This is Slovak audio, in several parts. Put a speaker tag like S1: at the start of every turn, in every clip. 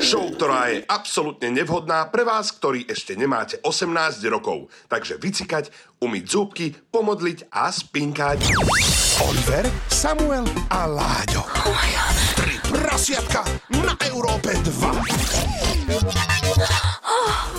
S1: Show, ktorá je absolútne nevhodná pre vás, ktorí ešte nemáte 18 rokov. Takže vycikať, umyť zúbky, pomodliť a spinkať.
S2: Oliver, Samuel a Láďo. Tri prasiatka na Európe 2.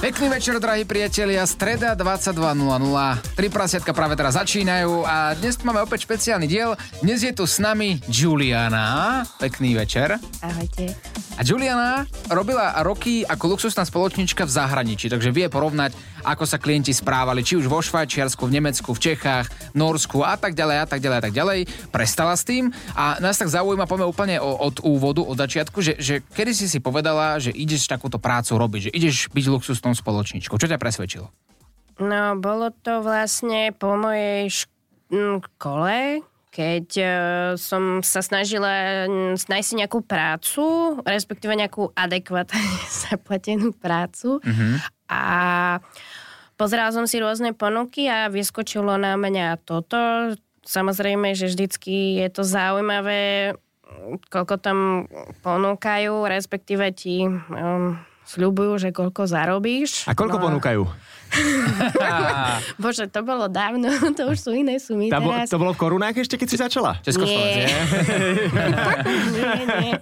S3: Pekný večer, drahí priatelia. Streda 22.00. Tri prasiatka práve teraz začínajú a dnes tu máme opäť špeciálny diel. Dnes je tu s nami Juliana. Pekný večer.
S4: Ahojte.
S3: A Juliana robila roky ako luxusná spoločnička v zahraničí, takže vie porovnať, ako sa klienti správali, či už vo Švajčiarsku, v Nemecku, v Čechách, Norsku a tak ďalej a tak ďalej a tak ďalej. Prestala s tým a nás tak zaujíma, poďme úplne o, od úvodu, od začiatku, že, že kedy si si povedala, že ideš takúto prácu robiť, že ideš byť luxusnou spoločničkou. Čo ťa presvedčilo?
S4: No, bolo to vlastne po mojej škole, keď uh, som sa snažila nájsť si nejakú prácu, respektíve nejakú adekvátne zaplatenú prácu.
S5: Mhm.
S4: Mm-hmm. A pozerala som si rôzne ponuky a vyskočilo na mňa toto. Samozrejme, že vždycky je to zaujímavé, koľko tam ponúkajú, respektíve ti um, sľubujú, že koľko zarobíš.
S5: A koľko no, ponúkajú?
S4: Bože, to bolo dávno, to už sú iné sumy
S5: Tá bo,
S4: teraz.
S5: to bolo v korunách ešte, keď si začala?
S3: Československá,
S4: Nie. nie, nie.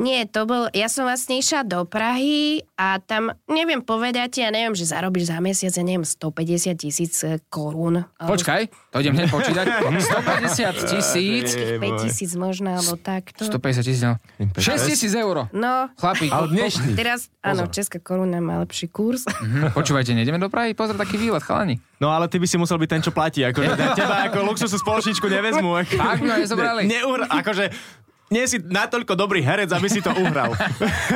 S4: Nie, to bol, ja som vlastne išla do Prahy a tam, neviem povedať, ja neviem, že zarobíš za mesiac, ja neviem, 150 tisíc eh, korún. alebo
S3: Počkaj, to idem hneď počítať. 150 tisíc,
S4: nejakých 5 tisíc možno, alebo takto.
S3: 150 tisíc, no.
S5: Hm,
S3: 6 tisíc eur.
S4: No,
S3: Chlapi,
S5: Ale dnešný.
S4: teraz, áno, Česká koruna má lepší kurz.
S5: Mhm.
S3: počúvajte, nejdeme do Prahy? Pozor, taký výlet, chalani.
S5: No ale ty by si musel byť ten, čo platí. Akože na teba ako luxusnú spoločničku nevezmu. Ako,
S3: Tak, no, nezobrali.
S5: Ne, neur, akože nie si natoľko dobrý herec, aby si to uhral.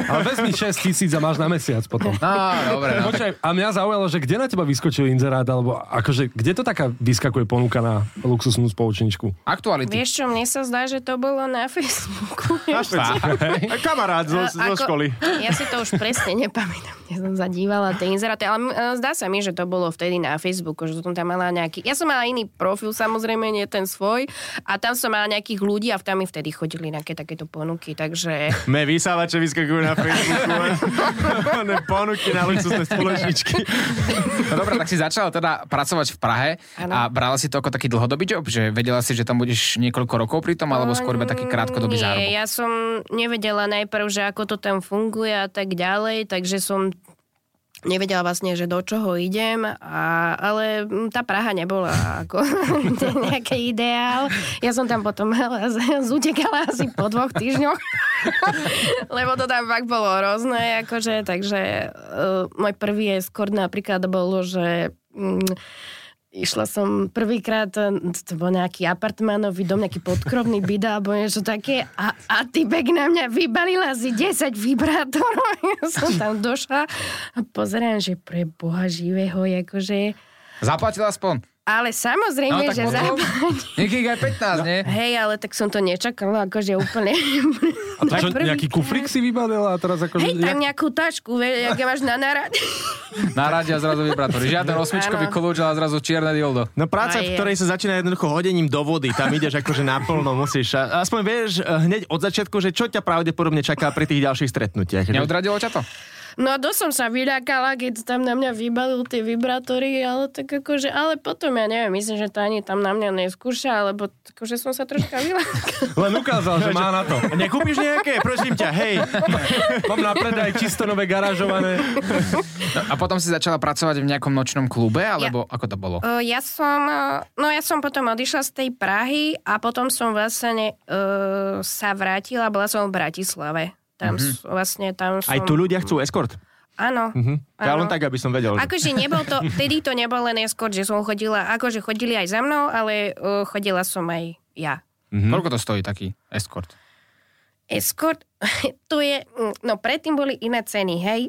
S6: Ale vezmi 6 tisíc a máš na mesiac potom.
S3: No, dobre, no.
S6: Počkaj, a mňa zaujalo, že kde na teba vyskočil inzerát, alebo akože, kde to taká vyskakuje ponuka na luxusnú spoločničku?
S3: Aktuality.
S4: Vieš čo, mne sa zdá, že to bolo na Facebooku.
S5: Až Kamarát zo,
S4: A-
S5: zo školy.
S4: Ja si to už presne nepamätám, kde som zadívala tie inzeráty, ale e, zdá sa mi, že to bolo vtedy na Facebooku, že som tam mala nejaký... Ja som mala iný profil, samozrejme, nie ten svoj, a tam som mala nejakých ľudí a tam mi vtedy chodili nejaké takéto ponuky, takže...
S5: Me vysávače vyskakujú na Facebooku. One ponuky na luxusné spoločničky.
S3: No dobre, tak si začala teda pracovať v Prahe
S4: Áno.
S3: a brala si to ako taký dlhodobý job, že vedela si, že tam budeš niekoľko rokov pri tom, alebo skôr iba taký krátkodobý
S4: Mm, Nie,
S3: zárobok.
S4: ja som nevedela najprv, že ako to tam funguje a tak ďalej, takže som nevedela vlastne, že do čoho idem, a, ale mm, tá Praha nebola ako nejaký ideál. Ja som tam potom zutekala asi po dvoch týždňoch, lebo to tam fakt bolo rôzne, akože, takže uh, môj prvý skôr napríklad bolo, že mm, Išla som prvýkrát, eh, to bol nejaký apartmanový dom, nejaký podkrovný byt alebo niečo také a, a typek na mňa vybalila asi 10 vibrátorov. Ja som tam došla a pozerám, že pre boha živého, akože...
S3: Zaplatila aspoň.
S4: Ale
S3: No,
S4: samozrejme,
S3: tak
S4: že
S3: potom-
S4: zaplatím.
S3: Niekých aj 15, nie?
S4: Hej, ale tak som to nečakala, akože úplne...
S6: A to čo, nejaký kufrik si vybalila a teraz akože...
S4: Hej, tam nejakú tašku, vieš, jak ja máš na narade.
S3: Na rade a zrazu vibrátory. Žiaden osmičkový
S4: Áno.
S3: kľúč, ale zrazu čierne dioldo.
S5: No práca,
S4: Aj je.
S5: v ktorej sa začína jednoducho hodením do vody, tam ideš akože naplno, musíš. A- Aspoň vieš eh, hneď od začiatku, že čo ťa pravdepodobne čaká pri tých ďalších stretnutiach. že-
S3: Neodradilo ťa to?
S4: No a dosť som sa vyľakala, keď tam na mňa vybalil tie vibrátory, ale tak akože, ale potom ja neviem, myslím, že to ani tam na mňa neskúša, lebo akože som sa troška vyľakala.
S6: Len ukázal, že má na to.
S5: Nekúpiš nejaké? Prosím ťa, hej.
S6: Mám na predaj čisto nové garážované.
S3: No, a potom si začala pracovať v nejakom nočnom klube, alebo ako to bolo?
S4: O, Ja som, o, no ja som potom odišla z tej Prahy a potom som vlastne uh, sa vrátila, bola som v Bratislave. Tam mm-hmm. vlastne tam som...
S5: Mhm. Aj tu ľudia chcú escort.
S4: Áno.
S5: Mm-hmm. Ja
S4: áno.
S5: len tak, aby som vedel. Že...
S4: Akože nebol to, vtedy to nebol len eskort, že som chodila, akože chodili aj za mnou, ale uh, chodila som aj ja.
S5: Mhm.
S3: Mm-hmm. Koľko to stojí taký escort?
S4: Escort, to je, mm, no predtým boli iné ceny, hej?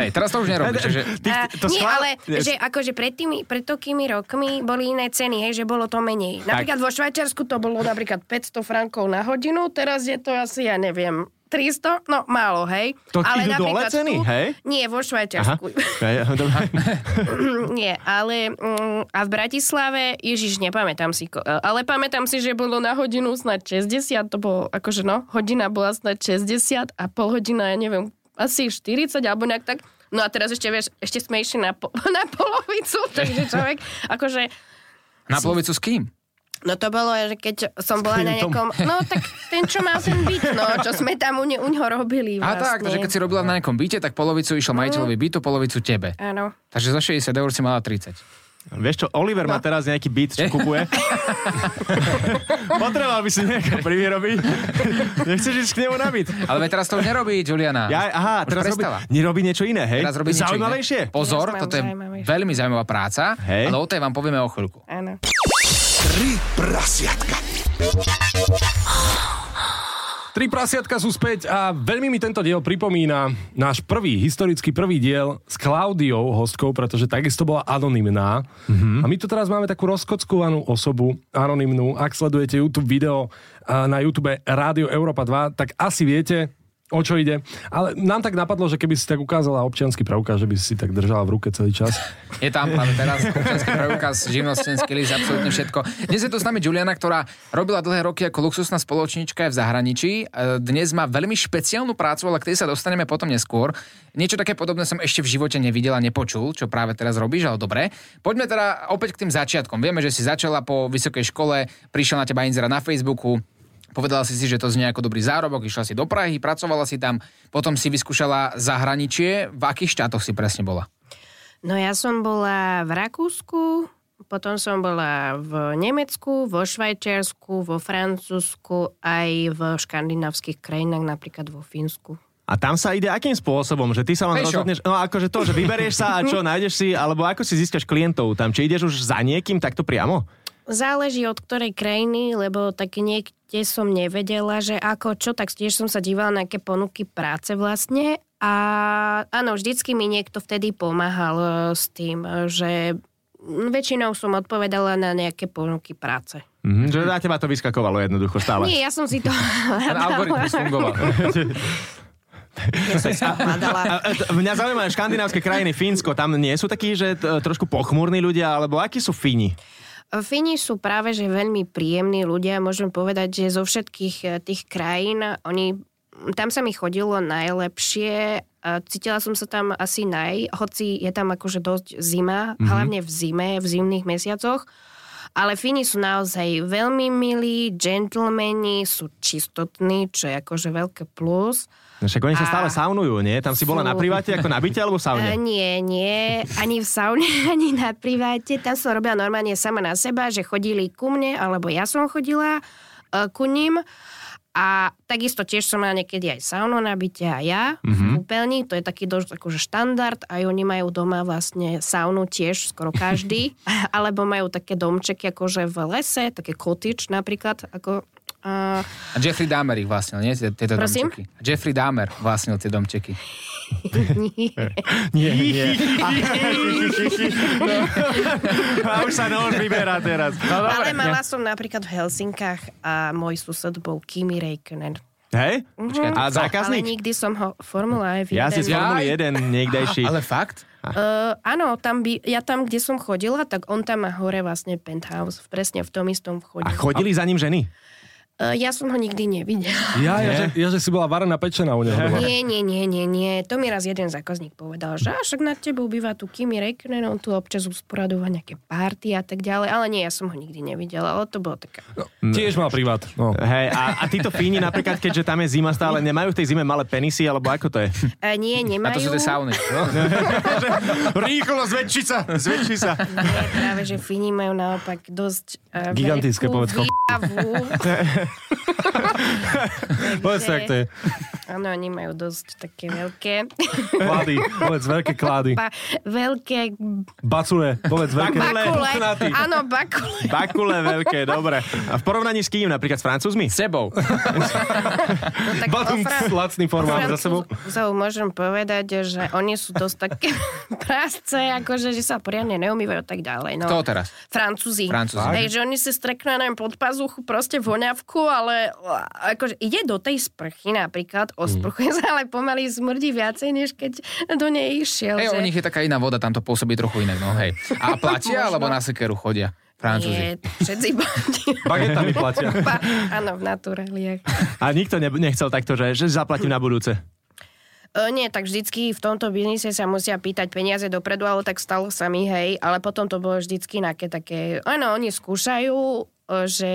S3: Hej, teraz to už nerobíš, že...
S4: A,
S5: to
S4: nie,
S5: schvál-
S4: ale
S5: Yes.
S4: že akože pred tými, pred toľkými rokmi boli iné ceny, hej, že bolo to menej. Napríklad vo Švajčiarsku to bolo napríklad 500 frankov na hodinu, teraz je to asi, ja neviem, 300, no málo, hej.
S5: To idú dole
S4: napríklad
S5: ceny,
S4: tu-
S5: hej?
S4: Nie, vo Švajčiarsku.
S5: Hej, dobre.
S4: nie, ale mm, a v Bratislave, ježiš, nepamätám si, ko- e, ale pamätám si, že bolo na hodinu snáď 60, to bolo akože no, hodina bola snáď 60 a pol hodina, ja neviem, asi 40 alebo nejak tak. No a teraz ešte, vieš, ešte sme išli na, po- na polovicu, takže človek, akože
S3: Na polovicu s kým?
S4: No to bolo, že keď som bola na nejakom... No tak ten, čo mal ten byt, no, čo sme tam u, ne, u ňoho robili
S3: A
S4: vlastne.
S3: tak, takže keď si robila na nejakom byte, tak polovicu išlo majiteľovi bytu, polovicu tebe.
S4: Áno.
S3: Takže za 60 eur si mala 30.
S5: Vieš čo, Oliver
S3: No.
S5: má teraz nejaký byt, čo kupuje. Potreboval by si nejaká privyrobiť. Nechceš ísť k nemu na byt?
S3: Ale veď teraz to už nerobí, Juliana.
S5: Ja, aha,
S3: Už
S5: teraz robí,
S3: prestala.
S5: nerobí niečo iné, hej?
S3: Teraz robí niečo iné.
S5: Zaujímavejšie?
S3: Pozor,
S4: Jasné,
S3: toto je
S4: zaujímavejšie.
S3: veľmi zaujímavá práca,
S5: Hej.
S3: ale o tej vám povieme o chvíľku.
S4: Áno.
S2: Tri prasiatka.
S6: Tri prasiatka sú späť a veľmi mi tento diel pripomína náš prvý, historicky prvý diel s Klaudiou, hostkou, pretože takisto bola anonymná. Mm-hmm. A my tu teraz máme takú rozkockovanú osobu, anonymnú. Ak sledujete YouTube video a na YouTube Rádio Európa 2, tak asi viete, o čo ide. Ale nám tak napadlo, že keby si tak ukázala občiansky preukaz, že by si tak držala v ruke celý čas.
S3: Je tam práve teraz občanský preukaz, živnostenský list, absolútne všetko. Dnes je tu s nami Juliana, ktorá robila dlhé roky ako luxusná spoločnička aj v zahraničí. E, Dnes má veľmi špeciálnu prácu, ale k tej sa dostaneme potom neskôr. Niečo také podobné som ešte v živote nevidel a nepočul, čo práve teraz robíš, ale dobre. Poďme teda opäť k tým začiatkom. Vieme, že si začala po vysokej škole, prišiel na teba inzera na Facebooku, Povedala si si, že to znie ako dobrý zárobok, išla si do Prahy, pracovala si tam, potom si vyskúšala zahraničie. V akých štátoch si presne bola?
S4: No ja som bola v Rakúsku, potom som bola v Nemecku, vo Švajčiarsku, vo Francúzsku, aj v škandinávskych krajinách, napríklad vo Fínsku.
S5: A tam sa ide akým spôsobom? Že ty sa len
S3: Pešo.
S5: rozhodneš... No akože to, že vyberieš sa a čo, nájdeš si, alebo ako si získaš klientov tam? Či ideš už za niekým takto priamo?
S4: Záleží od ktorej krajiny, lebo tak niekde som nevedela, že ako čo, tak tiež som sa dívala na aké ponuky práce vlastne. A áno, vždycky mi niekto vtedy pomáhal e, s tým, e, že mm, väčšinou som odpovedala na nejaké ponuky práce.
S5: Mhm, že na teba to vyskakovalo jednoducho stále.
S4: Nie, ja som si to
S3: Ten algoritmus fungoval.
S4: ja som si to hľadala.
S5: A, a, t- Mňa zaujímajú škandinávske krajiny, Fínsko, tam nie sú takí, že t- trošku pochmúrni ľudia, alebo akí sú Fíni?
S4: Fíni sú práve že veľmi príjemní ľudia, môžem povedať, že zo všetkých e, tých krajín, oni, tam sa mi chodilo najlepšie, E, cítila som sa tam asi naj, hoci je tam akože dosť zima, mm-hmm. hlavne v zime, v zimných mesiacoch, ale Fíni sú naozaj veľmi milí, gentlemani, sú čistotní, čo je akože veľké plus.
S5: No Však oni sa
S4: A-
S5: stále saunujú, nie? Tam si bola
S4: Sú.
S5: na priváte ako na byte alebo v saune?
S4: E, nie, nie, ani v saune, ani na priváte. Tam som robila normálne sama na seba, že chodili ku mne, alebo ja som chodila e, ku ním. A takisto tiež som mala niekedy aj saunu na byte a ja mm-hmm. v kúpeľni. To je taký dosť akože štandard. Aj oni majú doma vlastne saunu tiež skoro každý. alebo majú také domčeky akože v lese, také kotič napríklad. Ako, uh,
S3: A Jeffrey Dahmer ich vlastnil, nie? Tie- Tieto
S4: Prosím?
S3: domčeky. Jeffrey Dahmer vlastnil tie domčeky.
S5: Nie, nie. A, a už sa nož vyberá teraz. No,
S4: ale mala som napríklad v Helsinkách a môj sused bol Kimi Räikkönen.
S5: Hej? A
S4: Mhm. Ale
S5: zákazník?
S4: nikdy som ho... Formula F1.
S5: Ja si z Formuly
S3: Jaj.
S5: 1 niekdejší.
S3: Ale fakt?
S4: Uh, áno, tam by, ja tam, kde som chodila, tak on tam má hore vlastne penthouse, presne v tom istom vchode.
S5: A chodili za ním ženy?
S4: uh, ja som ho nikdy nevidela.
S6: Ja, ja, že, ja že si bola varená pečená u neho. doma.
S4: Nie, nie, nie, nie, nie. To mi raz jeden zákazník povedal, že a však nad tebou býva tu Kimi Räikkönen, on tu občas usporadúva nejaké party a tak ďalej, ale nie, ja som ho nikdy nevidela, ale to bolo také...
S6: Tiež mal privát. No.
S5: Hej, a, a títo Fíni napríklad, keďže tam je zima stále, nemajú v tej zime malé penisy, alebo ako to je?
S4: Uh, nie,
S3: A
S4: nemajú...
S3: to sú tie sauny.
S5: Rýchlo, zväčši sa, zväčši sa.
S4: Nie, práve, že Fíni majú naopak dosť... Uh,
S6: Gigantické, povedz, chop.
S5: Povedz tak, to je.
S4: Áno, oni majú dosť také veľké,
S6: Klády, povedz veľké klády.
S4: pa, veľké
S6: Bacule, povedz veľké.
S5: Bakule.
S4: bakule.
S5: puchnatý.
S4: Áno, bakule.
S5: Bakule veľké, dobre. A v porovnaní s kým? Napríklad s Francúzmi?
S3: S sebou.
S4: No, tak
S6: Balum,
S4: o Fran-
S6: lacný formát za sebou.
S4: Francúzov môžem povedať, že oni sú dosť také prásce, akože, že sa poriadne neumývajú a tak ďalej. No.
S3: Kto teraz?
S4: Francúzi.
S3: Francúzi.
S4: Hej, že oni si streknú, ja neviem, pod pazuchu proste voňavku, ale akože ide do tej sprchy napríklad,
S6: Mhm.
S4: osprchuje sa, ale pomaly smrdí viacej, než keď do nej išiel.
S3: Hej,
S4: že-
S3: u nich je taká iná voda, tam to pôsobí trochu inak, no hej. A platia, alebo na sekeru chodia? Francúzi.
S4: Nie, všetci boli.
S6: Bagetami platia.
S4: Pa- Áno, v naturáliach.
S5: A nikto ne- nechcel takto, že, že zaplatím na budúce.
S4: E, nie, tak vždycky v tomto biznise sa musia pýtať peniaze dopredu, ale tak stalo sa mi, hej. Ale potom to bolo vždycky také, také, áno, oni skúšajú, e, že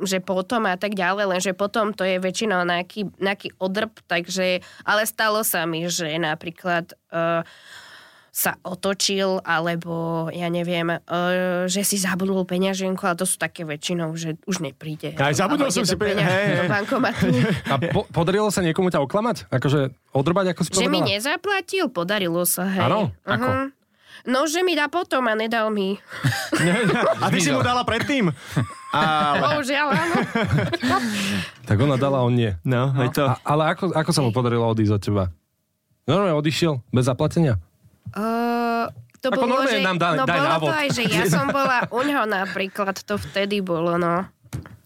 S4: že potom a tak ďalej, lenže potom to je väčšinou nejaký, nejaký odrb, takže, ale stalo sa mi, že napríklad uh, sa otočil, alebo ja neviem, uh, že si zabudol peňaženku, ale to sú také väčšinou, že už nepríde.
S5: Aj zabudol
S4: Alebo
S5: som
S4: ide do
S5: si peňa-
S4: peňa-
S5: hej,
S4: do
S5: hej.
S4: bankomatu.
S6: A po, podarilo sa niekomu ťa oklamať? Akože odrbať, ako si
S4: Že
S6: povedala?
S4: mi nezaplatil, podarilo sa, hej.
S6: Áno?
S4: Aha.
S6: Ako?
S4: No, že mi dá potom a nedal mi.
S5: A ty si mu dala predtým? A,
S4: Bohužiaľ, áno.
S6: Tak ona dala, on nie.
S5: no, no, to.
S6: A, ale ako, ako sa mu podarilo odísť od teba? Normálne odišiel bez zaplatenia.
S4: Uh, to
S6: Ako
S4: bolo,
S6: normálne
S4: že,
S6: nám dá-
S4: no
S6: daj
S4: bolo
S6: návod.
S4: to aj, že ja som bola u ňoho napríklad, to vtedy bolo, no.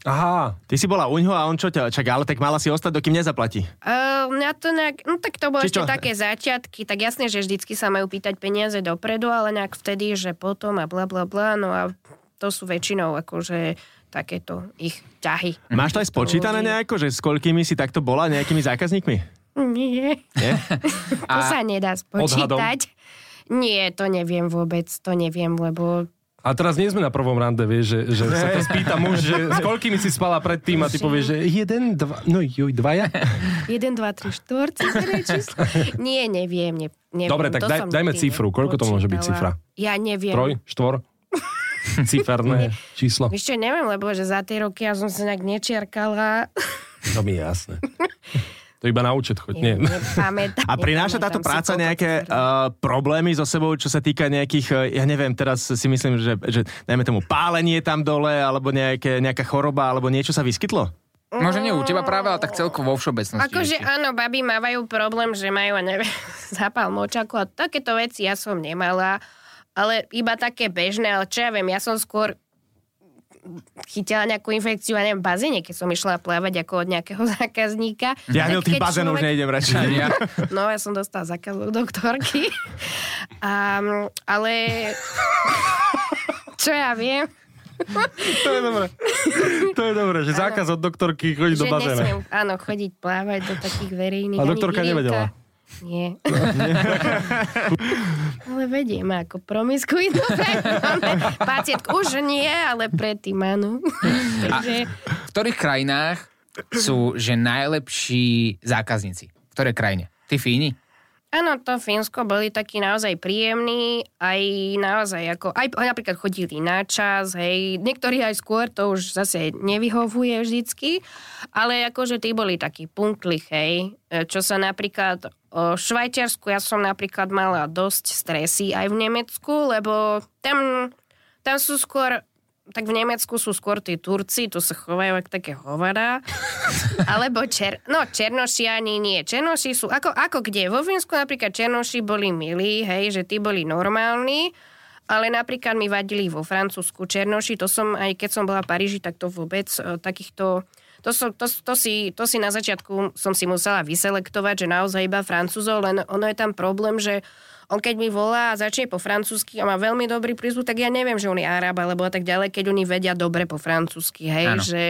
S6: Aha,
S5: Ty si bola uňho a on čo ťa čaká, ale tak mala si ostať, dokým nezaplatí.
S4: Uh, mňa to nejak, no tak to bolo
S5: Či
S4: ešte
S5: čo?
S4: také začiatky, tak jasne, že vždycky sa majú pýtať peniaze dopredu, ale nejak vtedy, že potom a bla bla bla, no a to sú väčšinou akože takéto ich ťahy.
S5: Máš to aj spočítané nejako, že s koľkými si takto bola, nejakými zákazníkmi?
S4: Nie.
S5: Nie?
S4: To sa nedá spočítať. Nie, to neviem vôbec, to neviem, lebo...
S6: a teraz nie sme na prvom rande, vieš, že, že sa to spýta muž, že s koľkými si spala predtým a ty povieš, že jeden, dva, no juj, dvaja.
S4: 1, 2, 3, 4, cifrné číslo. Nie, neviem, ne, neviem.
S6: Dobre, tak
S4: to
S6: daj-
S4: som
S6: dajme
S4: nikdy
S6: cifru. Koľko to môže byť
S4: nepočítala. Ja neviem.
S6: Troj, štvor, ciferné číslo.
S4: Ešte neviem, lebo že za tie roky ja som sa nejak nečiarkala.
S6: To mi je jasné. To iba na účet choď, nie.
S4: Nepamätám.
S5: A prináša
S4: nepamätám
S5: táto
S4: si,
S5: práca
S4: koľko
S5: nejaké
S4: cifr.
S5: uh, problémy so sebou, čo sa týka nejakých, uh, ja neviem, teraz si myslím, že, že najmä tomu pálenie tam dole, alebo nejaké, nejaká choroba, alebo niečo sa vyskytlo?
S3: Možno nie u teba práve, ale tak celkovo vo všeobecnosti.
S4: Akože
S3: ešte.
S4: áno, baby mávajú problém, že majú, neviem, zápal močaku a takéto veci ja som nemala, ale iba také bežné, ale čo ja viem, ja som skôr chytila nejakú infekciu, ja neviem, v bazéne, keď som išla plávať ako od nejakého zákazníka.
S5: Ja
S4: Tak
S5: do
S4: keď
S5: tých bazénov už
S4: človek-
S5: nejdem radšej.
S3: Ja,
S4: No, ja som dostala zákaz od doktorky. A, ale... Čo ja viem,
S6: To je dobré. To je dobré, že zákaz od doktorky chodí
S4: že nesmiem áno, chodiť plávať do takých verejných.
S6: A
S4: ani
S6: doktorka
S4: výlivka.
S6: nevedela?
S4: Nie. ale vediem, ako promiskuitnú pacientku. Už nie, ale predtým áno. Takže
S3: v ktorých krajinách sú že najlepší zákazníci? V ktorej krajine? Ty Fíni?
S4: áno, to Fínsko boli takí naozaj príjemní, aj naozaj ako, aj napríklad chodili na čas, hej, niektorí aj skôr, to už zase nevyhovuje vždycky, ale akože tí boli takí punkli, hej, E, čo sa napríklad o Švajčiarsku, ja som napríklad mala dosť stresy aj v Nemecku, lebo tam, tam sú skôr tak v Nemecku sú skôr tí Turci, tu sa chovajú ako také hovada. Alebo čer... No, Černoši ani nie. Černoši sú ako, ako kde. Vo Fínsku napríklad Černoši boli milí, hej, že tí boli normálni. Ale napríklad mi vadili vo Francúzsku Černoši, to som aj keď som bola v Paríži, tak to vôbec e, takýchto... To, som, to, to, si, to si na začiatku som si musela vyselektovať, že naozaj iba Francúzov, len ono je tam problém, že on keď mi volá a začne po francúzsky a má veľmi dobrý prízvuk, tak ja neviem, že on je Arab alebo tak ďalej, keď oni vedia dobre po francúzsky, hej,
S3: Áno.
S4: že...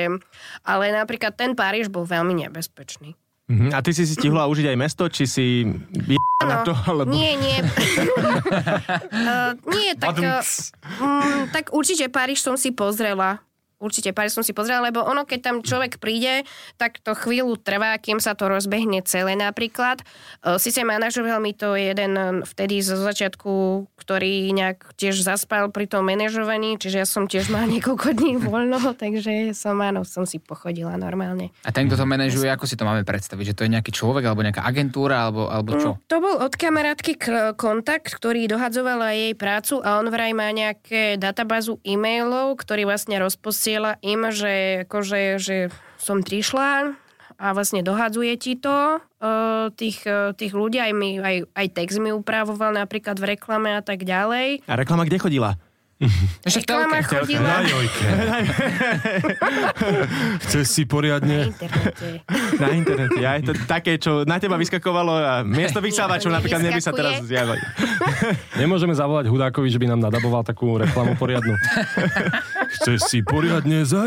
S4: Ale napríklad ten Paríž bol veľmi nebezpečný.
S5: Mhm. A ty si si stihla užiť aj mesto, či si je na to, alebo...
S4: Nie, nie. uh, nie, tak, uh, mm, tak určite Paríž som si pozrela. Určite Paríž som si pozrela, lebo ono, keď tam človek príde, tak to chvíľu trvá, kým sa to rozbehne celé napríklad. Uh, Sice manažoval mi to jeden uh, vtedy zo začiatku, ktorý nejak tiež zaspal pri tom manažovaní, čiže ja som tiež mala niekoľko dní voľno, takže som áno, som si pochodila normálne.
S3: A ten, kto to manažuje, ako si to máme predstaviť? Že to je nejaký človek, alebo nejaká agentúra, alebo, alebo čo?
S4: Mm, To bol od kamarátky k- kontakt, ktorý dohadzoval aj jej prácu a on vraj má nejaké databázu e-mailov, ktorý vlastne rozposiela im, že, akože, že som prišla a vlastne dohadzuje ti to, e, tých, e, tých ľudí, aj, mi, aj, aj text mi upravoval napríklad v reklame a tak ďalej.
S5: A reklama kde chodila?
S3: Ešte v telke.
S4: Mm. Reklama chodila
S6: Na jojke. Chceš si
S4: na
S6: poriadne...
S4: internete.
S5: Na internete, aj to také, čo na teba vyskakovalo a miesto vysávačov
S4: Nie,
S5: napríklad neby sa teraz
S4: vyskakuje.
S5: zjavali.
S6: Nemôžeme zavolať Hudákovi, že by nám nadaboval takú reklamu poriadnu. Chceš si poriadne zaj...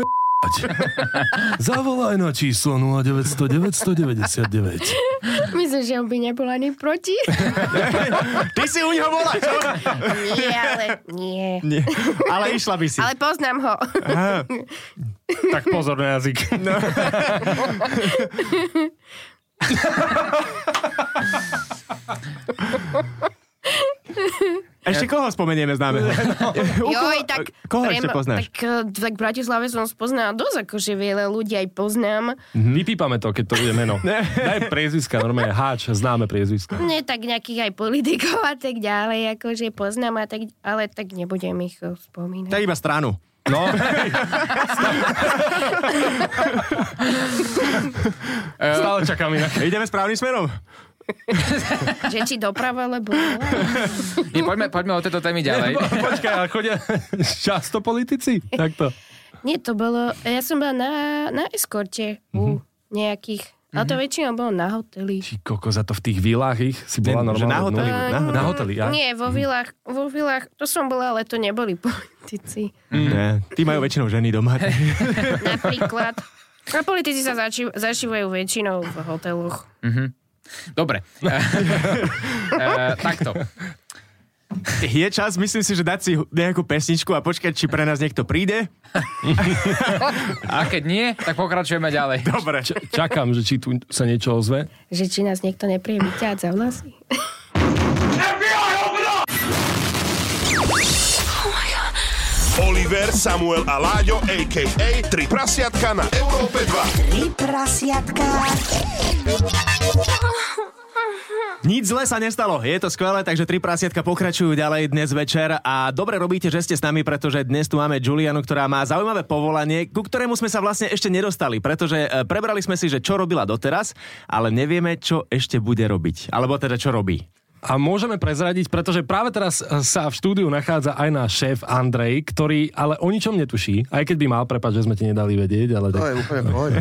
S6: Zavolaj na číslo 0900 999.
S4: Myslím, že on by nebol ani proti.
S5: Ty si u neho bola, čo?
S4: Nie, ale nie.
S5: Nie, ale išla by si.
S4: Ale poznám ho.
S5: Aha,
S6: Tak pozor na jazyk.
S5: Ešte koho spomenieme známeho? U koho-
S4: Joj, tak...
S5: Koho
S4: pre
S5: ešte
S4: ma-
S5: poznáš?
S4: Tak, eh, tak v Bratislave som spoznala dosť akože veľa ľudí aj poznám.
S6: Mhm. Vypípame to, keď to bude meno. Daj priezviska, normálne háč, známe
S5: Hm.
S6: priezviska.
S4: Nie tak nejakých aj politikov a tak ďalej, akože poznám a tak, ale tak nebudem ich eh, spomínať.
S5: Tak iba stranu.
S6: No, stále čakám inak.
S5: Ideme správnym smerom.
S4: Že či doprava, lebo...
S3: Nie, poďme, poďme od tejto témy ďalej.
S6: Po- Počkaj, ale chodia často politici? Takto.
S4: Nie, to bolo... Ja som bola na, na eskorte u
S5: Mhm.
S4: nejakých... Ale to väčšinou bolo na hoteli.
S6: Ty kokos, a to v tých vilách ich si bola
S5: Ne, že
S6: normálne.
S5: na hoteli, na
S6: no.
S5: hoteli. Mhm.
S6: na hoteli, ja?
S4: Eh, Nie, vo vilách, vo vilách, to som bola, ale to neboli politici.
S6: Mm.
S5: Nie, tí majú väčšinou ženy doma.
S4: Napríklad. A politici sa zači- zašívajú väčšinou v hoteloch.
S3: Dobre. E, takto.
S5: Je čas, myslím si, že dať si nejakú pesničku a počkať, či pre nás niekto príde.
S3: A keď nie, tak pokračujeme ďalej.
S5: Dobre.
S6: Č- čakám, že či tu sa niečo ozve.
S4: Že či nás niekto nepríje vyťahať za vlasy.
S1: Oliver, Samuel a Láďo, a.k.a. Tri prasiatka na Európe 2.
S7: Tri prasiatka.
S5: Nič zle sa nestalo, je to skvelé, takže tri prasiatka pokračujú ďalej dnes večer a dobre robíte, že ste s nami, pretože dnes tu máme Julianu, ktorá má zaujímavé povolanie, ku ktorému sme sa vlastne ešte nedostali, pretože e, prebrali sme si, že čo robila doteraz, ale nevieme, čo ešte bude robiť, alebo teda čo robí.
S6: A môžeme prezradiť, pretože práve teraz eh, sa v štúdiu nachádza aj náš šéf Andrej, ktorý ale o ničom netuší, aj keď by mal, prepáč, že sme ti nedali vedieť, ale
S8: To
S6: tak...
S8: je úplne v pohode.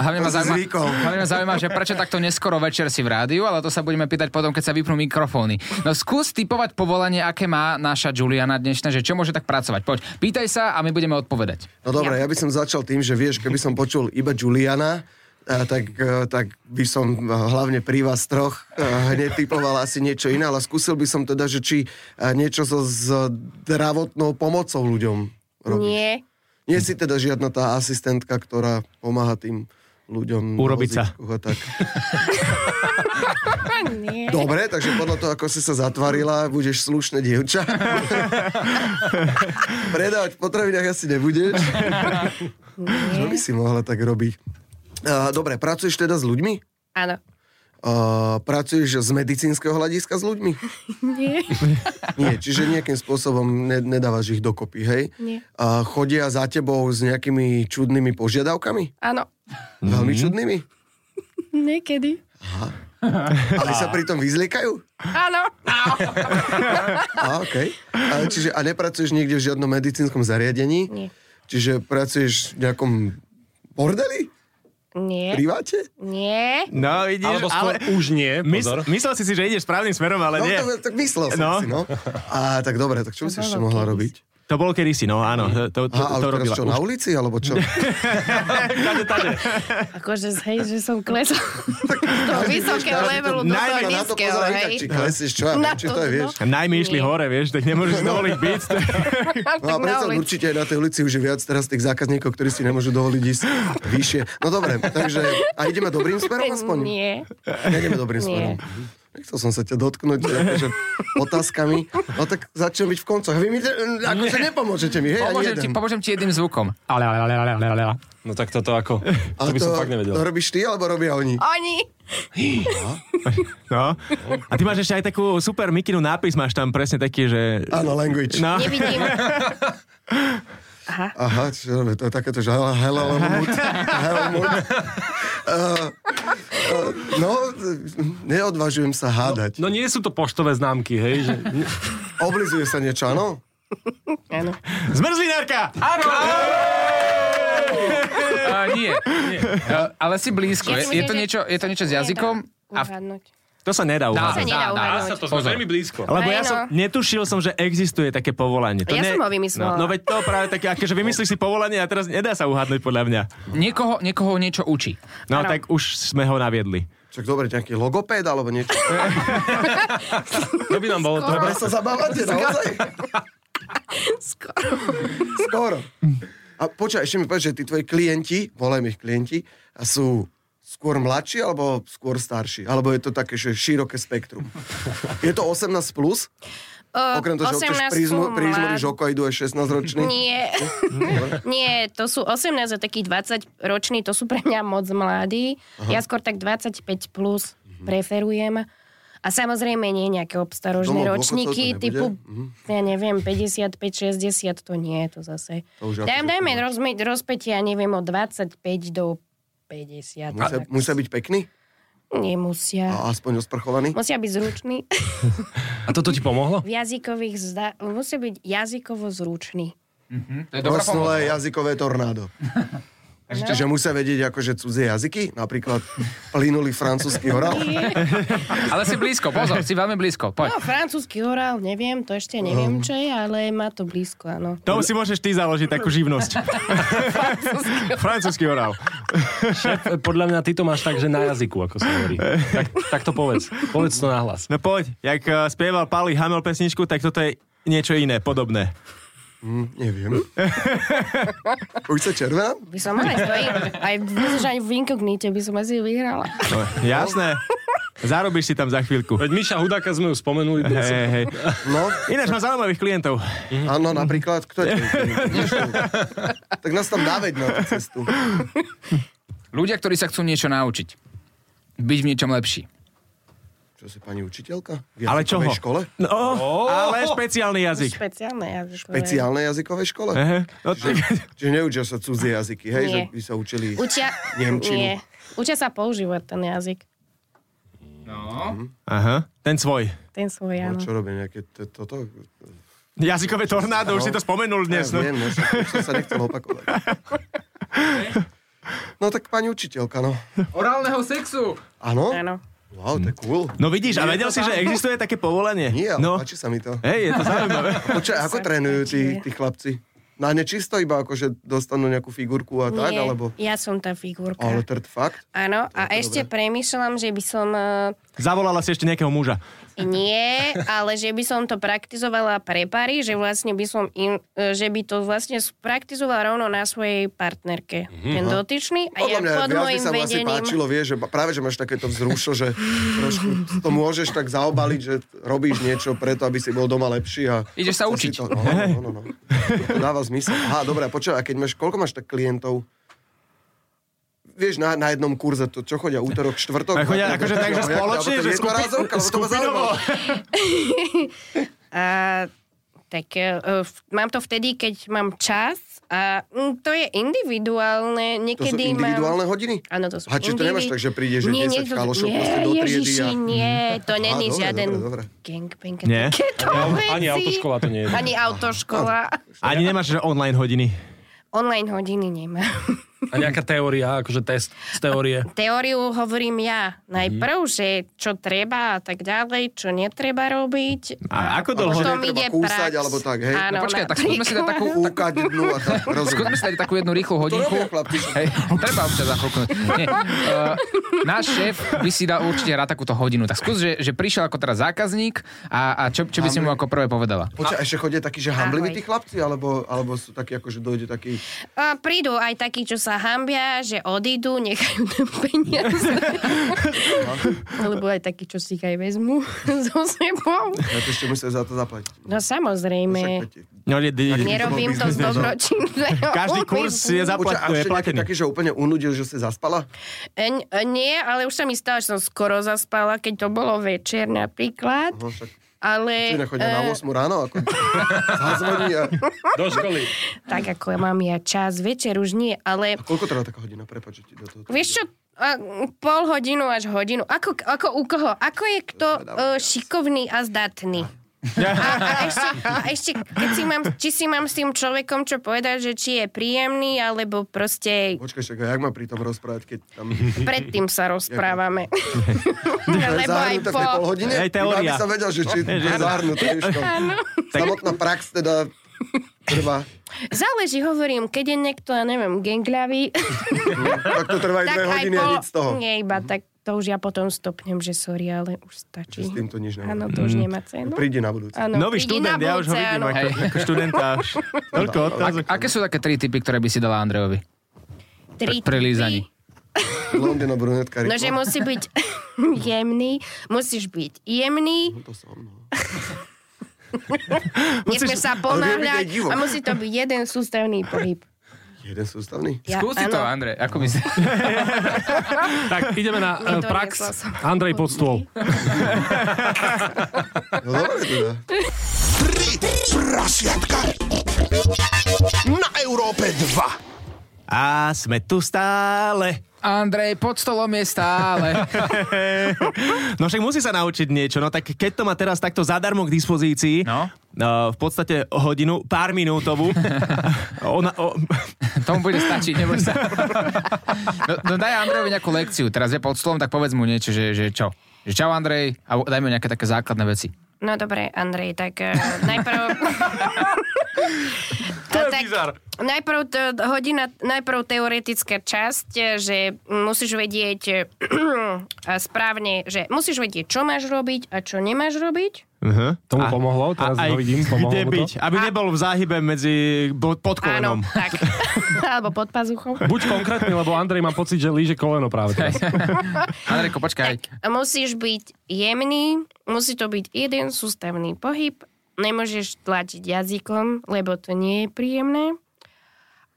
S3: Hlavne ma,
S8: To si
S3: zaujíma,
S8: zvykol.
S3: hlavne ma zaujíma, že prečo takto neskoro večer si v rádiu, ale to sa budeme pýtať potom, keď sa vypnú mikrofóny. No skús typovať povolanie, aké má naša Juliana dnešná, že čo môže tak pracovať. Poď, pýtaj sa a my budeme odpovedať.
S8: No dobre, ja by som začal tým, že vieš, keby som počul iba Juliana, a tak, e, tak by som e, hlavne pri vás troch e, hneď typoval asi niečo iné, ale skúsil by som teda, že či e, niečo so zdravotnou pomocou ľuďom robí.
S4: Nie.
S8: Nie si teda žiadna tá asistentka, ktorá pomáha tým ľuďom.
S5: Urobiť sa.
S8: na vozíčku a Tak.
S4: Nie.
S8: Dobre, takže podľa toho, ako si sa zatvarila, budeš slušné dievča. Predávať v potravinách asi nebudeš. Čo by si mohla tak robiť? Uh, dobre, pracuješ teda s ľuďmi?
S4: Áno.
S8: Uh, pracuješ z medicínskeho hľadiska s ľuďmi?
S4: Nie.
S8: Nie, čiže nejakým spôsobom ne, nedávaš ich dokopy, hej?
S4: Nie.
S8: Uh, chodia za tebou s nejakými čudnými požiadavkami?
S4: Áno.
S8: Veľmi čudnými?
S4: Niekedy.
S8: Ale sa pritom vyzliekajú?
S4: Áno.
S8: No. A, okay. a, čiže, a nepracuješ nikde v žiadnom medicínskom zariadení?
S4: Nie.
S8: Čiže pracuješ v nejakom bordeli?
S4: Nie.
S8: Priváte?
S4: Nie.
S5: No vidíš,
S6: Alebo skôr
S5: ale...
S6: už nie, pozor.
S5: Mys- myslel si si, že ideš správnym smerom, ale
S8: No,
S5: nie.
S8: to, tak myslel som
S5: No.
S8: si, no. A tak dobre, tak čo by si ešte
S4: bolo
S8: mohla
S4: kedysi.
S8: robiť?
S5: To bolo kedysi, no áno, to, to, to,
S8: Aha, ale
S5: to
S8: teraz
S5: robila.
S8: čo, na ulici, alebo čo?
S4: Akože hej, že som klesla do vysokého levelu do toho
S5: Najmä
S8: na to
S4: nízkeho,
S8: pozerá
S4: hej.
S8: inak, či klesieš, čo ja
S4: Na
S8: viem, či to je,
S4: to, no.
S8: vieš.
S5: Najmä išli
S4: Nie.
S5: hore, vieš, tak nemôžeš si dovoliť byť.
S8: No a
S4: Tak na
S8: predsa
S4: ulici.
S8: určite aj na tej ulici už je viac teraz tých zákazníkov, ktorí si nemôžu dovoliť ísť vyššie. No dobre, takže a ideme dobrým smerom aspoň?
S4: Nie.
S8: Nejdeme dobrým
S4: Nie.
S8: smerom. Nechcel som sa ťa dotknúť akože, otázkami. No tak začnem byť v koncoch. Vy mi te, akože nepomôžete mi, hej, ani
S3: Pomôžem ti,
S8: jeden.
S3: pomôžem ti jedným zvukom.
S5: Ale, ale, ale, ale, ale, ale.
S6: No tak toto ako? To by som fakt
S8: to
S6: nevedel.
S8: robíš ty, alebo robia oni?
S4: Oni.
S5: No. A ty máš ešte aj takú super mikinu nápis, máš tam presne taký, že...
S8: Áno, language.
S5: No.
S4: Nevidím.
S8: Aha, čo robí to je takéto, že hello, hello, mood. Hello, mood. Uh, uh, no, neodvažujem sa hádať.
S6: No nie sú to poštové známky, hej? Že...
S8: Oblizuje sa niečo, áno?
S4: Áno.
S5: Zmrzlinárka!
S3: Áno! Uh, nie, nie. Uh, ale si blízko.
S4: Ja
S3: Je,
S4: si
S3: je,
S4: myslím,
S3: to
S4: že-
S3: niečo, je to niečo s
S4: Nedá
S3: jazykom? A v...
S4: Uhádnuť.
S5: To sa
S4: sa
S5: nedá uhádať.
S4: nedá
S6: Dá sa
S4: uhádnuť.
S6: to, sme
S3: Pozor.
S6: veľmi blízko.
S5: Lebo ja
S4: Aj no.
S5: som, netušil som, že existuje také povolanie. To
S4: Ja som ho vymyslela.
S5: No, no veď to práve také, akože vymyslíš si povolanie a teraz nedá sa uhádnuť podľa mňa.
S3: Niekoho, niekoho niečo učí.
S5: No
S4: Áno.
S5: tak už sme ho naviedli.
S8: Čak dobre, nejaký logopéd alebo niečo.
S6: To by nám bolo dobre.
S8: Dobre sa zabávate, no? naozaj?
S4: Skoro.
S8: Skoro. A počkaj, ešte mi povedz, že tí tvoji klienti, volajme ich klienti, a sú skôr mladší alebo skôr starší? Alebo je to také, že široké spektrum? Je to 18 plus?
S4: O,
S8: Okrem toho, že
S4: 18
S8: občas prízmu,
S4: sú
S8: prízmu,
S4: mladí.
S8: žoko idú aj 16 ročný.
S4: Nie. Nie, to sú 18 a takých 20 roční, to sú pre mňa moc mladí. Ja skôr tak 25 plus
S8: Mhm.
S4: preferujem. A samozrejme nie nejaké obstarožné
S8: Domov
S4: ročníky,
S8: No, dôchodcov to
S4: typu,
S8: nebude? Mhm.
S4: ja neviem, 55-60, to nie, to zase.
S8: To už
S4: Daj,
S8: akože
S4: dajme
S8: to-
S4: rozme, rozpäť, ja neviem, od 25 do 50. tak.
S8: Musia, musia byť pekný?
S4: Nemusia.
S8: A aspoň osprchovaný?
S4: Musia byť zruční.
S6: A toto ti pomohlo?
S4: V jazykových zda... Musia byť jazykovo zruční.
S3: To je dobrá pomoc.
S8: Rosnulé jazykové tornádo. Čiže musia vedieť akože cudzie jazyky? Napríklad plynulý francúzsky orál?
S3: Ale si blízko, pozor, si veľmi blízko. Poď.
S4: No, francúzsky orál, neviem, to ešte neviem, čo je, ale má to blízko, áno.
S5: To si môžeš ty založiť takú živnosť. Francúzsky orál.
S6: Šéf, eh, podľa mňa ty to máš tak, že na jazyku, ako sa hovorí. Tak, tak to povedz. Povedz to nahlas.
S5: No poď, jak eh, spieval Pali Hamel pesničku, tak toto je niečo iné, podobné.
S8: Neviem. Už sa červená?
S4: By som aj stojí, aj, myslím, že aj v inkognite by som asi vyhrala.
S5: No, jasné. Zarobíš si tam za chvíľku.
S6: Veď Miša Hudáka sme ju spomenuli dnes.
S5: Hej, hej.
S8: No,
S5: Ináč má zaujímavých klientov.
S8: áno, napríklad, kto je? Tak nás tam naveď na tú cestu.
S3: Ľudia, ktorí sa chcú niečo naučiť. Byť v niečom lepší.
S8: Čo si pani učiteľka? V
S5: Ale
S8: jazykovej
S5: čoho?
S8: škole?
S5: No, ale špeciálny jazyk.
S4: Špeciálne jazykové.
S8: Špeciálnej jazykovej škole?
S5: Ehe, no, tak-
S8: Čiže neučia sa cudzie jazyky, hej?
S4: Nie.
S8: Že by sa učili
S4: Učia,
S8: Nemčinu.
S4: nie. Učia sa používať ten jazyk.
S5: Aha, ten svoj.
S4: Ten svoj,
S8: No,
S4: áno.
S8: čo robia nejaké t- toto?
S5: Jazykové tornádo, už si to spomenul dnes.
S8: Ja
S5: No.
S8: viem, no, však už som sa nechcel opakovať. No tak pani učiteľka, no.
S3: Orálneho sexu!
S8: Áno?
S4: Áno.
S8: Wow, to je cool.
S5: no vidíš, a vedel si, že existuje také povolenie?
S8: Nie, ale
S5: no.
S8: páči sa mi to.
S5: Hej, je to zaujímavé.
S8: Počkaj, ako trénujú tí, tí chlapci? Na nečisto iba akože dostanú nejakú figurku a No tak,
S4: nie,
S8: alebo...
S4: ja som tá figurka.
S8: Ale trd fakt?
S4: Áno, a ešte premýšľam, že by som... e,
S5: Zavolala si ešte nejakého muža.
S4: Nie, ale že by som to praktizovala pre pary, že vlastne by som im, e, že by to vlastne praktizovala rovno na svojej partnerke.
S6: Mhm.
S4: Ten dotyčný a ja
S8: Podľa mňa
S4: pod
S8: viac by
S4: môjim
S8: sa mu asi
S4: vedením.
S8: páčilo, vie, že ba- práve, že máš takéto vzrušo, že trošku to môžeš tak zaobaliť, že robíš niečo preto, aby si bol doma lepší. A
S3: Ideš sa
S8: si
S3: učiť.
S8: To, no, no, no, no. to dáva zmysel. Aha, dobré, počúvaj, a keď máš, koľko máš tak klientov? Vieš, na, na jednom kurze, to čo chodia, útorok, štvrtok?
S5: A chodia akože tak, že
S8: Alebo jak-
S5: spoločne,
S8: alebo to
S5: že
S8: je jednorazovka, alebo to ma
S5: skupinovo.
S8: zaujímalo.
S4: A, tak e, v, mám to vtedy, keď mám čas a mm, to je individuálne.
S8: To sú
S4: Niekedy
S8: individuálne
S4: mám...
S8: hodiny?
S4: Áno, to sú
S8: A čiže to nemáš tak, že prídeš, že 10 chalošov
S4: nie,
S8: proste do triedy
S4: Ježiši,
S8: a... Mhm.
S4: nie, to není
S8: dobre,
S4: žiaden
S8: dobre, dobre.
S4: gangbang. a
S5: Nie?
S4: takéto
S6: Ani- ani
S4: veci.
S6: autoškola to nie je.
S4: Ani autoškola.
S5: Ani nemáš že online hodiny.
S4: Online hodiny nemám.
S6: A nejaká teória, akože test z teórie.
S4: teóriu hovorím ja. Najprv,
S3: Mhm.
S4: že čo treba a tak ďalej, čo netreba robiť.
S5: A ako dlho?
S4: Potom ide
S8: netreba kúsať,
S4: prax.
S8: alebo tak, hej?
S4: Áno,
S3: Mhm. No počkaj, tak
S4: napríklad.
S3: skúsme si dať takú...
S8: Úkať dnu a tak, rozumiem.
S3: Skúsme si dať takú jednu rýchlu hodinku.
S8: robia chlapci.
S3: Hej, treba občas zachoknúť. Nie. Uh, náš šéf by si dal určite rád takúto hodinu. Tak skús, že, že prišiel ako teraz zákazník a, a čo, čo by si mu ako prvé povedala?
S8: Počkaj, ešte chodia takí, že hambliví
S4: Ahoj.
S8: tí chlapci, alebo, alebo sú takí, akože dojde taký...
S4: A prídu aj takí, čo sa hambia, že odídu, nechajú tam peniaze. Alebo aj takí, čo si ich aj vezmú so sebou.
S8: Ja to ešte musím za to zaplatiť.
S4: No samozrejme.
S5: No, nie, nie, nie.
S4: Nerobím to z
S8: no.
S4: dobročinného.
S5: Každý kurz
S4: úmyslu.
S5: je
S8: Počkaj, a
S5: zaplatený, je
S8: ešte nejaký
S5: platený.
S8: taký, že úplne unudil, že si zaspala?
S4: E, e, Nie, ale už sa mi stalo, že som skoro zaspala, keď to bolo večer napríklad.
S8: No však,
S4: Ale...
S8: či nechodia na
S4: e,
S8: 8 ráno, ako zazvoní a...
S6: Do školy.
S4: tak ako ja mám ja čas, večer už nie, ale
S8: A koľko trvá taká hodina? Prepač, že ti do toho...
S4: vieš čo, a, pol hodinu až hodinu, ako, ako u koho, ako je kto
S8: To
S4: e,
S8: je
S4: šikovný a zdatný. A, a, ešte, a ešte, keď si mám, či si mám s tým človekom čo povedať, že či je príjemný, alebo proste
S8: Počkaj, však jak má pri tom rozprávať, keď tam...
S4: predtým sa rozprávame. Lebo aj
S8: Zahrnuté v
S4: po...
S8: tej pol hodine?
S5: Aj teória.
S8: Iba aby som vedel, že či je zahrnuté. vieš to. Samotná prax teda trvá.
S4: Záleží, hovorím, keď je niekto, ja neviem, gengľavý,
S8: Tak to trvá aj
S4: tak
S8: dve
S4: aj
S8: hodiny
S4: po...
S8: a nič z toho.
S4: Nie, iba tak to už ja potom stopnem, že sorry, ale už stačí.
S8: S týmto nič
S4: Mhm. Áno,
S8: nemá.
S4: to už nemá cenu.
S8: Príde na budúce.
S4: Áno,
S5: Mm. Nový
S4: prídi na
S5: študent, ja už ho
S4: budúce,
S5: vidím
S4: áno.
S5: ako, ako študenta. Toľko otázok.
S3: Aké sú také tri typy, ktoré by si dala Andrejovi? pri
S4: Tri typy.
S3: lízaní.
S8: Blondino, brunetka,
S4: No,
S8: rýchlo.
S4: že musí byť jemný. Musíš byť jemný,
S8: To som, no.
S4: nesmieš sa
S8: Ale vieme, kde je
S4: ponáhľať
S8: divo.
S4: a musí to byť jeden sústavný pohyb.
S8: Jeden sústavný?
S4: Ja,
S3: Skúsi to, Andrej. Ako by si...
S6: Tak ideme na eh,
S4: Nedoniesla
S6: prax.
S4: som.
S6: Andrej pod stôl.
S8: No dobre teda.
S2: Tri prasiatka na Európe 2.
S5: A sme tu stále.
S3: Andrej, pod stolom je stále.
S5: No však musí sa naučiť niečo, no tak keď to má teraz takto zadarmo k dispozícii,
S3: No.
S5: no, v podstate hodinu, pár minútovú, ona, o,
S3: Tomu bude stačiť, neboj sa. No, no daj Andrejovi nejakú lekciu. Teraz je pod stolom, tak povedz mu niečo, že, že čo. Že čau Andrej, a daj mu nejaké také základné veci.
S4: No dobre, Andrej, tak uh, najprv... to je
S6: bizar.
S4: Najprv, to, hodina, najprv teoretická časť, eh, že musíš vedieť eh, a správne, že musíš vedieť, čo máš robiť a čo nemáš robiť.
S5: uh-huh.
S6: To mu pomohlo, teraz ho vidím, pomohlo
S5: kde
S6: mu to.
S5: byť, aby nebol v záhybe medzi bo- pod kolenom.
S4: Áno, tak. Alebo pod pazuchou.
S6: Buď konkrétny, lebo Andrej mám pocit, že líže koleno práve teraz.
S3: Andrejko, počkaj.
S4: A musíš byť jemný, musí to byť jeden sústavný pohyb, nemôžeš tlačiť jazykom, lebo to nie je príjemné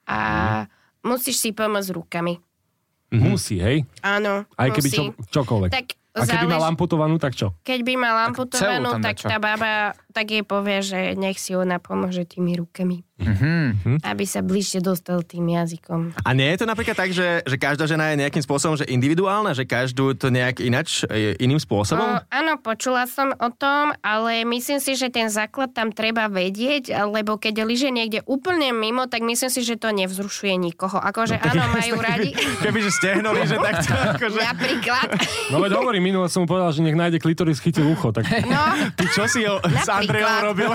S4: a musíš si pomôcť rukami.
S6: Musí, hej?
S4: Áno,
S6: Aj keby
S4: musí.
S6: čo, čokoľvek.
S4: Tak
S6: A keby
S4: zálež-
S6: mal amputovanú, tak čo?
S4: Keď by mal amputovanú,
S3: celú tam
S4: tak
S3: dať, čo?
S4: tá baba tak jej povie, že nech si ona pomôže tými rukami.
S6: Mhm.
S4: Aby sa bližšie dostal tým jazykom.
S5: A nie je to napríklad tak, že, že každá žena je nejakým spôsobom že individuálna, že každú to nejak inač, e, iným
S4: O,
S5: spôsobom?
S4: áno, počula som o tom, ale myslím si, že ten základ tam treba vedieť, lebo keď lyže niekde úplne mimo, tak myslím si, že to nevzrušuje nikoho.
S6: No,
S4: Akože áno, majú radi.
S5: Kebyže stehnuli, že tak to akože...
S4: Napríklad.
S6: No veď hovorím, minule som mu povedal, že nech nájde klitoris, chytil ucho, tak
S4: No,
S5: Ty čo si jo, s
S4: Napríklad.
S5: Andrejom robil?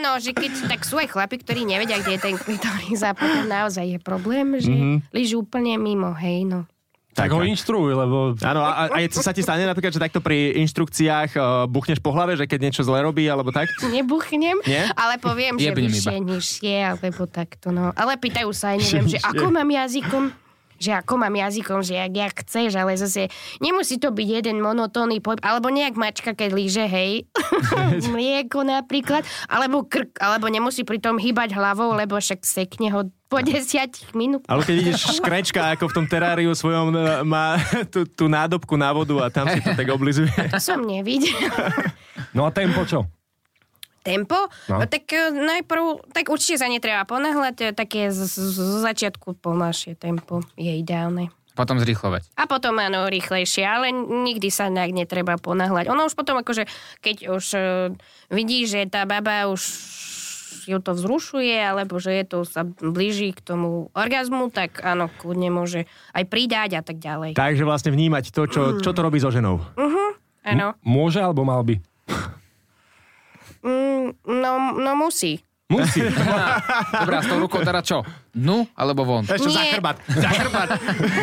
S4: áno, že keď tak sú aj chlapi, ktorí nevedia, kde je ten klitoris a potom naozaj je problém, že mm-hmm. lyže úplne mimo, hej, no.
S6: tak ho inštruuj, lebo...
S5: Áno, a, a je- sa ti stane napríklad, že takto pri inštrukciách uh, buchneš po hlave, že keď niečo zle robí, alebo tak?
S4: Nebuchnem,
S5: Nie?
S4: ale poviem, že
S3: Jebnem
S4: vyššie, nižšie, alebo takto, no. Ale pýtajú sa aj, neviem, že ako mám jazykom, že ako mám jazykom, že jak, jak chceš, ale zase nemusí to byť jeden monotónny pohyb, alebo nejak mačka, keď líže, hej, mlieko napríklad, alebo krk, alebo nemusí pritom hýbať hlavou, lebo však sekne ho po 10 minút.
S5: Alebo keď vidíš škrečka, ako v tom teráriu svojom e, má tú, tú nádobku na vodu a tam si to tak oblizuje.
S4: To som nevidel.
S6: No a tempo čo?
S4: tempo,
S6: No.
S4: no. tak e, najprv, tak určite sa netreba ponáhľať, e, také z, z, z začiatku pomalšie tempo je ideálne.
S3: Potom zrýchlovať.
S4: A potom áno, rýchlejšie, ale nikdy sa nejak netreba ponáhľať. Ono už potom akože, keď už e, vidí, že tá baba už ju to vzrušuje, alebo že je to sa blíži k tomu orgazmu, tak áno, kľudne môže aj pridať a tak ďalej.
S5: Takže vlastne vnímať to, čo, čo to robí so ženou.
S4: Áno.
S6: Môže alebo mal by?
S4: Mm, no, no musí.
S6: Musí.
S3: Dobre, a s tou rukou teda čo? Dnu alebo von?
S5: Ešte za
S4: Nie.
S5: chrbát. Za chrbát.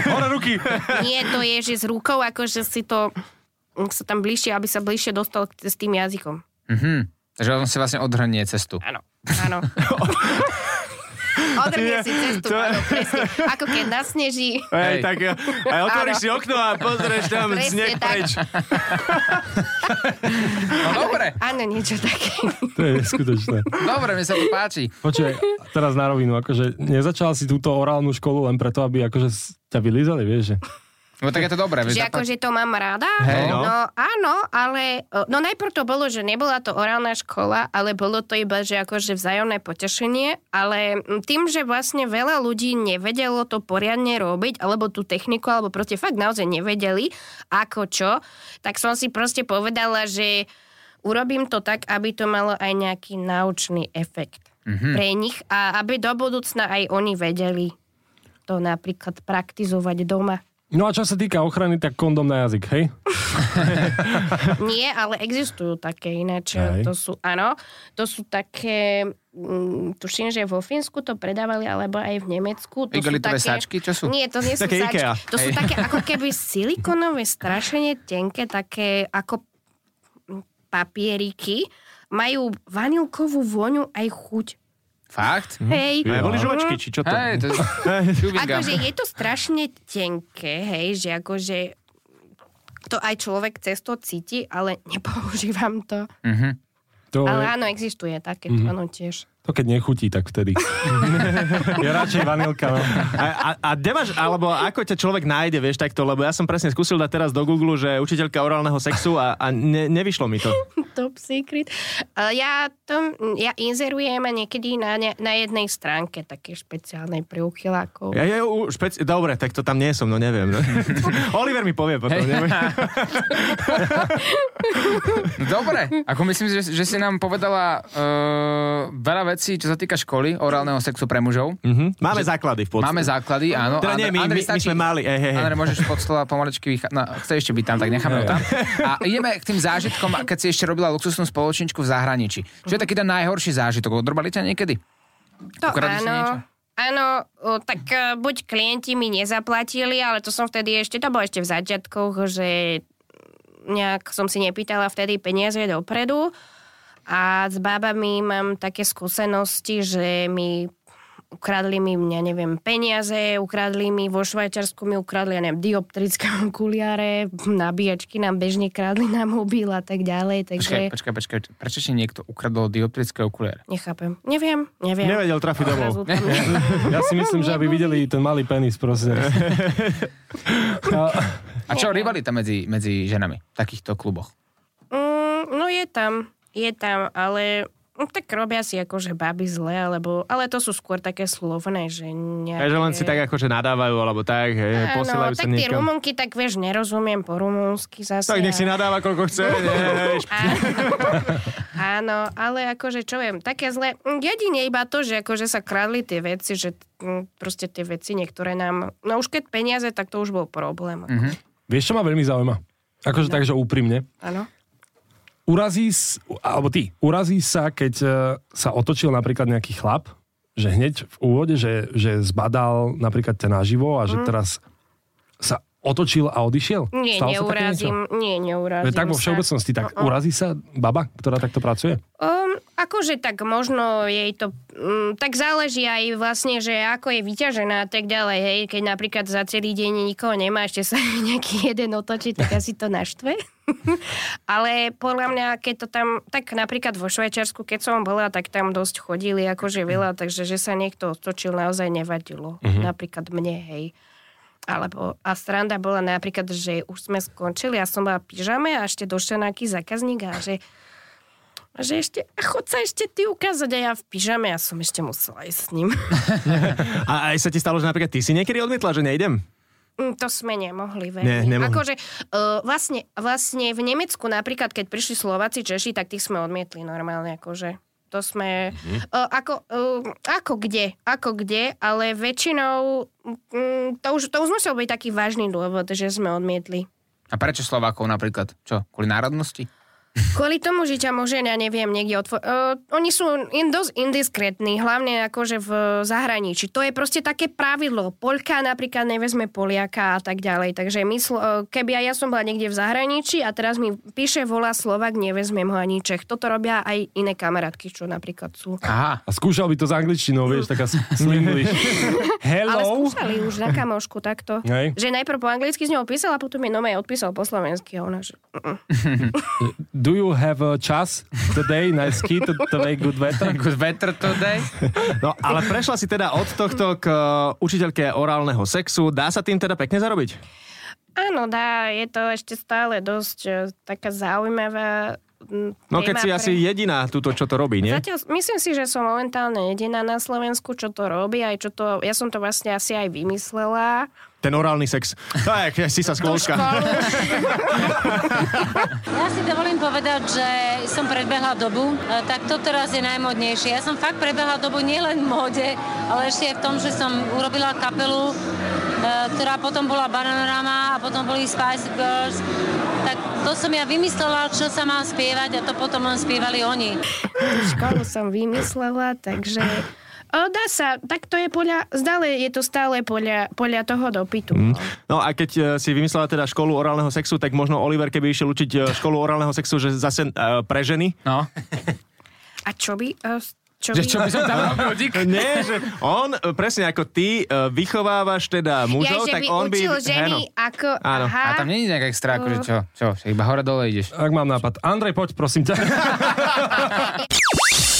S5: Hore ruky.
S4: Nie, to je, že s rukou, akože si to mm, sa tam bližšie, aby sa bližšie dostal k- s tým jazykom.
S3: Mhm. Takže on si vlastne odhrnie cestu.
S4: Áno, áno. Odrnie si cestu,
S5: to-
S4: áno, presne. Ako keď nasneží.
S5: Hej,
S3: Hej.
S5: tak e, aj otvoríš si okno a pozrieš tam
S4: Presne
S5: sneh
S4: tak.
S5: preč.
S3: No, dobre,
S4: Áno, niečo také.
S6: to je neskutočné.
S3: dobre, mi sa to páči.
S6: Počuj, teraz na rovinu, akože nezačal si túto orálnu školu len preto, aby akože s- ťa vylízali, vieš, že?
S3: No tak je to dobré. vieš,
S4: Že
S3: zapá-
S4: akože to mám rada?
S3: Hej,
S5: no.
S4: no. áno, ale... No najprv to bolo, že nebola to orálna škola, ale bolo to iba, že akože vzájomné potešenie, ale mm, tým, že vlastne veľa ľudí nevedelo to poriadne robiť, alebo tú techniku, alebo proste fakt naozaj nevedeli, ako čo, tak som si proste povedala, že urobím to tak, aby to malo aj nejaký naučný efekt mm-hmm. pre nich a aby do budúcna aj oni vedeli to napríklad praktizovať doma.
S6: No a čo sa týka ochrany, tak kondom na jazyk, hej?
S4: Nie, ale existujú také ináč.
S6: Hej.
S4: To sú, áno, to sú také, mm, tuším, že vo Fínsku to predávali, alebo aj v Nemecku. To
S3: Igelitové
S4: sú také,
S3: sáčky, čo sú?
S4: Nie, to nie sú
S5: Také
S4: sáčky.
S5: Ikea.
S4: To sú také ako keby silikonové, strašene tenké, také ako papieriky. Majú vanilkovú vôňu aj chuť.
S3: Fakt?
S4: Hej.
S5: Hm?
S4: Hm?
S5: Aj boli žuvačky, či čo to?
S3: Hej, to je chewing gum.
S4: Akože je to strašne tenké, hej, že akože to aj človek cez to cíti, ale nepoužívam to.
S6: To,
S4: Ale
S6: je,
S4: áno, existuje takéto, mm-hmm. áno tiež.
S6: to keď nechutí, tak vtedy. ja radšej vanilka. No.
S5: A, a, a kde máš, alebo ako ťa človek nájde, vieš takto, lebo ja som presne skúsil dať teraz do Google, že učiteľka orálneho sexu a, a ne, nevyšlo mi to.
S4: Top secret. Ale ja, to, ja inzerujem a niekedy na, ne, na jednej stránke také špeciálnej pre uchylákov.
S5: Ja, ja, u, špec... Dobre, tak to tam nie som, no neviem. No. Oliver mi povie potom. Hey.
S3: No Dobre, ako myslím, že, že si nám povedala uh, veľa vecí, čo sa týka školy, orálneho sexu pre mužov. Mm-hmm.
S5: Mhm. Máme základy v podstate.
S3: Máme základy, áno.
S5: Teda nie, my- my- my sme mali, hej, hej, hej.
S3: Andrej, môžeš pod stola pomaličky vychádzať. No, chce ešte byť tam, tak necháme ho tam. A ideme k tým zážitkom, keď si ešte robila luxusnú spoločničku v zahraničí. Čo je taký ten najhorší zážitok? Odrbali ťa niekedy?
S4: To
S3: Ukradli si niečo?
S4: áno. Áno, o, tak e, buď klienti mi nezaplatili, ale to som vtedy ešte, to bolo ešte v začiatkoch, že nejak som si nepýtala vtedy peniaze dopredu a s bábami mám také skúsenosti, že mi ukradli mi, ja neviem, peniaze, ukradli mi vo Švajčiarsku, mi ukradli, ja neviem, dioptrické okuliare, nabíjačky nám bežne kradli na mobil a tak ďalej,
S3: Počkaj,
S4: takže
S3: počkaj, počkaj. Prečo si niekto ukradol dioptrické okuliare?
S4: nechápem. Neviem, neviem.
S5: Nevedel trafiť domov.
S4: Odrazu tam-
S6: Ja si myslím, že aby videli ten malý penis, proste. A-
S3: A čo, rivalita medzi, medzi ženami v takýchto kluboch?
S4: Mm, no je tam, je tam, ale no, tak robia si akože baby zle, alebo, ale to sú skôr také slovné, že nejaké...
S5: Takže len si tak akože nadávajú, alebo tak, hej, posielajú
S4: Áno,
S5: sa
S4: tak tie
S5: niekam.
S4: rumunky, tak vieš, nerozumiem po rumúnsky zase.
S5: Tak nech si
S4: a-
S5: nadáva, koľko chce. Vieš.
S4: Áno, ale akože čo viem, také zle. Mm, Jedine iba to, že akože sa kradli tie veci, že mm, proste tie veci niektoré nám... No už keď peniaze, tak to už bol problém. Mm-hmm.
S6: Vieš, čo ma veľmi zaujíma? Akože tak, že úprimne.
S4: Áno.
S6: Urazí, s- alebo ty, urazí sa, keď e, sa otočil napríklad nejaký chlap, že hneď v úvode, že, že zbadal napríklad ťa naživo a že teraz sa otočil a odišiel?
S4: Mhm. Nie,
S6: Stalo sa také niečo?
S4: neurazím. Nie, neurazím
S6: Že tak vo
S4: sa. No,
S6: všeobecnosti, tak urazí sa baba, ktorá takto pracuje?
S4: Um, akože tak možno jej to... Um, tak záleží aj vlastne, že ako je vyťažená a tak ďalej. Hej, keď napríklad za celý deň nikoho nemá, ešte sa nejaký jeden otočí, tak asi to naštve. Ale podľa mňa, keď to tam... Tak napríklad vo Švajčiarsku, keď som bola, tak tam dosť chodili akože veľa, takže že sa niekto otočil, naozaj nevadilo. Napríklad mne, hej. Alebo, a sranda bola napríklad, že už sme skončili, ja som bola v pyžame a ešte došiel nejaký zákazník a že a že ešte, a chod sa ešte ty ukázať a ja v pyžame, ja som ešte musela ísť s ním.
S5: A aj sa ti stalo, že napríklad ty si niekedy odmietla, že nejdem?
S4: Mm, to sme nemohli
S5: Ne,
S4: veľmi.
S5: nemohli.
S4: akože, uh, vlastne, vlastne v Nemecku napríklad, keď prišli Slováci, Češi, tak tých sme odmietli normálne, akože. To sme,
S5: Mhm.
S4: mm-hmm. uh, ako, uh, ako kde, ako kde, ale väčšinou, mm, to, už, to už musel byť taký vážny dôvod, že sme odmietli.
S3: A prečo Slovákov napríklad? Čo, kvôli národnosti?
S4: Kvôli tomu, že ťa môže, ja neviem, niekde otvoriť. Uh, oni sú in, dosť indiskretní, hlavne akože v zahraničí. To je proste také pravidlo. Polka napríklad nevezme Poliaka a tak ďalej. Takže my, Slo- eh, keby aj ja som bola niekde v zahraničí a teraz mi píše, volá Slovak, nevezmem ho ani Čech. Toto robia aj iné kamarátky, čo napríklad sú.
S3: Aha,
S6: A skúšal by to s angličtinou, vieš, taká slingli.
S4: Ale
S6: Hello?
S4: skúšali už na kamošku takto.
S6: Hej.
S4: Že najprv po anglicky z ňou písal a potom mi nome odpísal po slovensky. A ona, že... "Mm, mm."
S6: Do you have a čas today? Nice kid, today good weather?
S3: good weather today.
S5: No, ale prešla si teda od tohto k uh, učiteľke orálneho sexu. Dá sa tým teda pekne zarobiť?
S4: Áno, dá, je to ešte stále dosť e, taká zaujímavá mm,
S5: No
S4: téma
S5: keď si
S4: pre-
S5: asi jediná túto, čo to robí, nie?
S4: Zatiaľ, myslím si, že som momentálne jediná na Slovensku, čo to robí, aj čo to, ja som to vlastne asi aj vymyslela.
S5: Ten orálny sex. Tak, si sa skôlka.
S8: Ja si dovolím povedať, že som predbehla dobu, e, tak to teraz je najmodnejšie. Ja som fakt predbehla dobu nielen v móde, ale ešte aj v tom, že som urobila kapelu, e, ktorá potom bola Bananarama a potom boli Spice Girls. Tak to som ja vymyslela, čo sa má spievať a to potom len spievali oni.
S4: školu som vymyslela, takže o, dá sa, tak to je podľa, zdále je to stále podľa, podľa toho dopytu. Mm.
S5: No a keď e, si vymyslela teda školu orálneho sexu, tak možno Oliver, keby išiel učiť e, školu orálneho sexu, že zase e, pre ženy?
S3: No,
S4: A čo by... O, čo by,
S3: že čo by som tam robil, dík.
S5: Nie, že on, e, presne ako ty, e, vychovávaš teda
S4: ja,
S5: mužov,
S4: že
S5: tak
S4: by
S5: on by...
S4: učil
S5: Áno.
S4: ženy ako...
S5: Áno.
S4: Aha,
S3: A tam nie je nejak extra, akože čo, čo, že iba hore-dole ideš.
S6: Ak mám nápad. Andrej, poď, prosím ťa.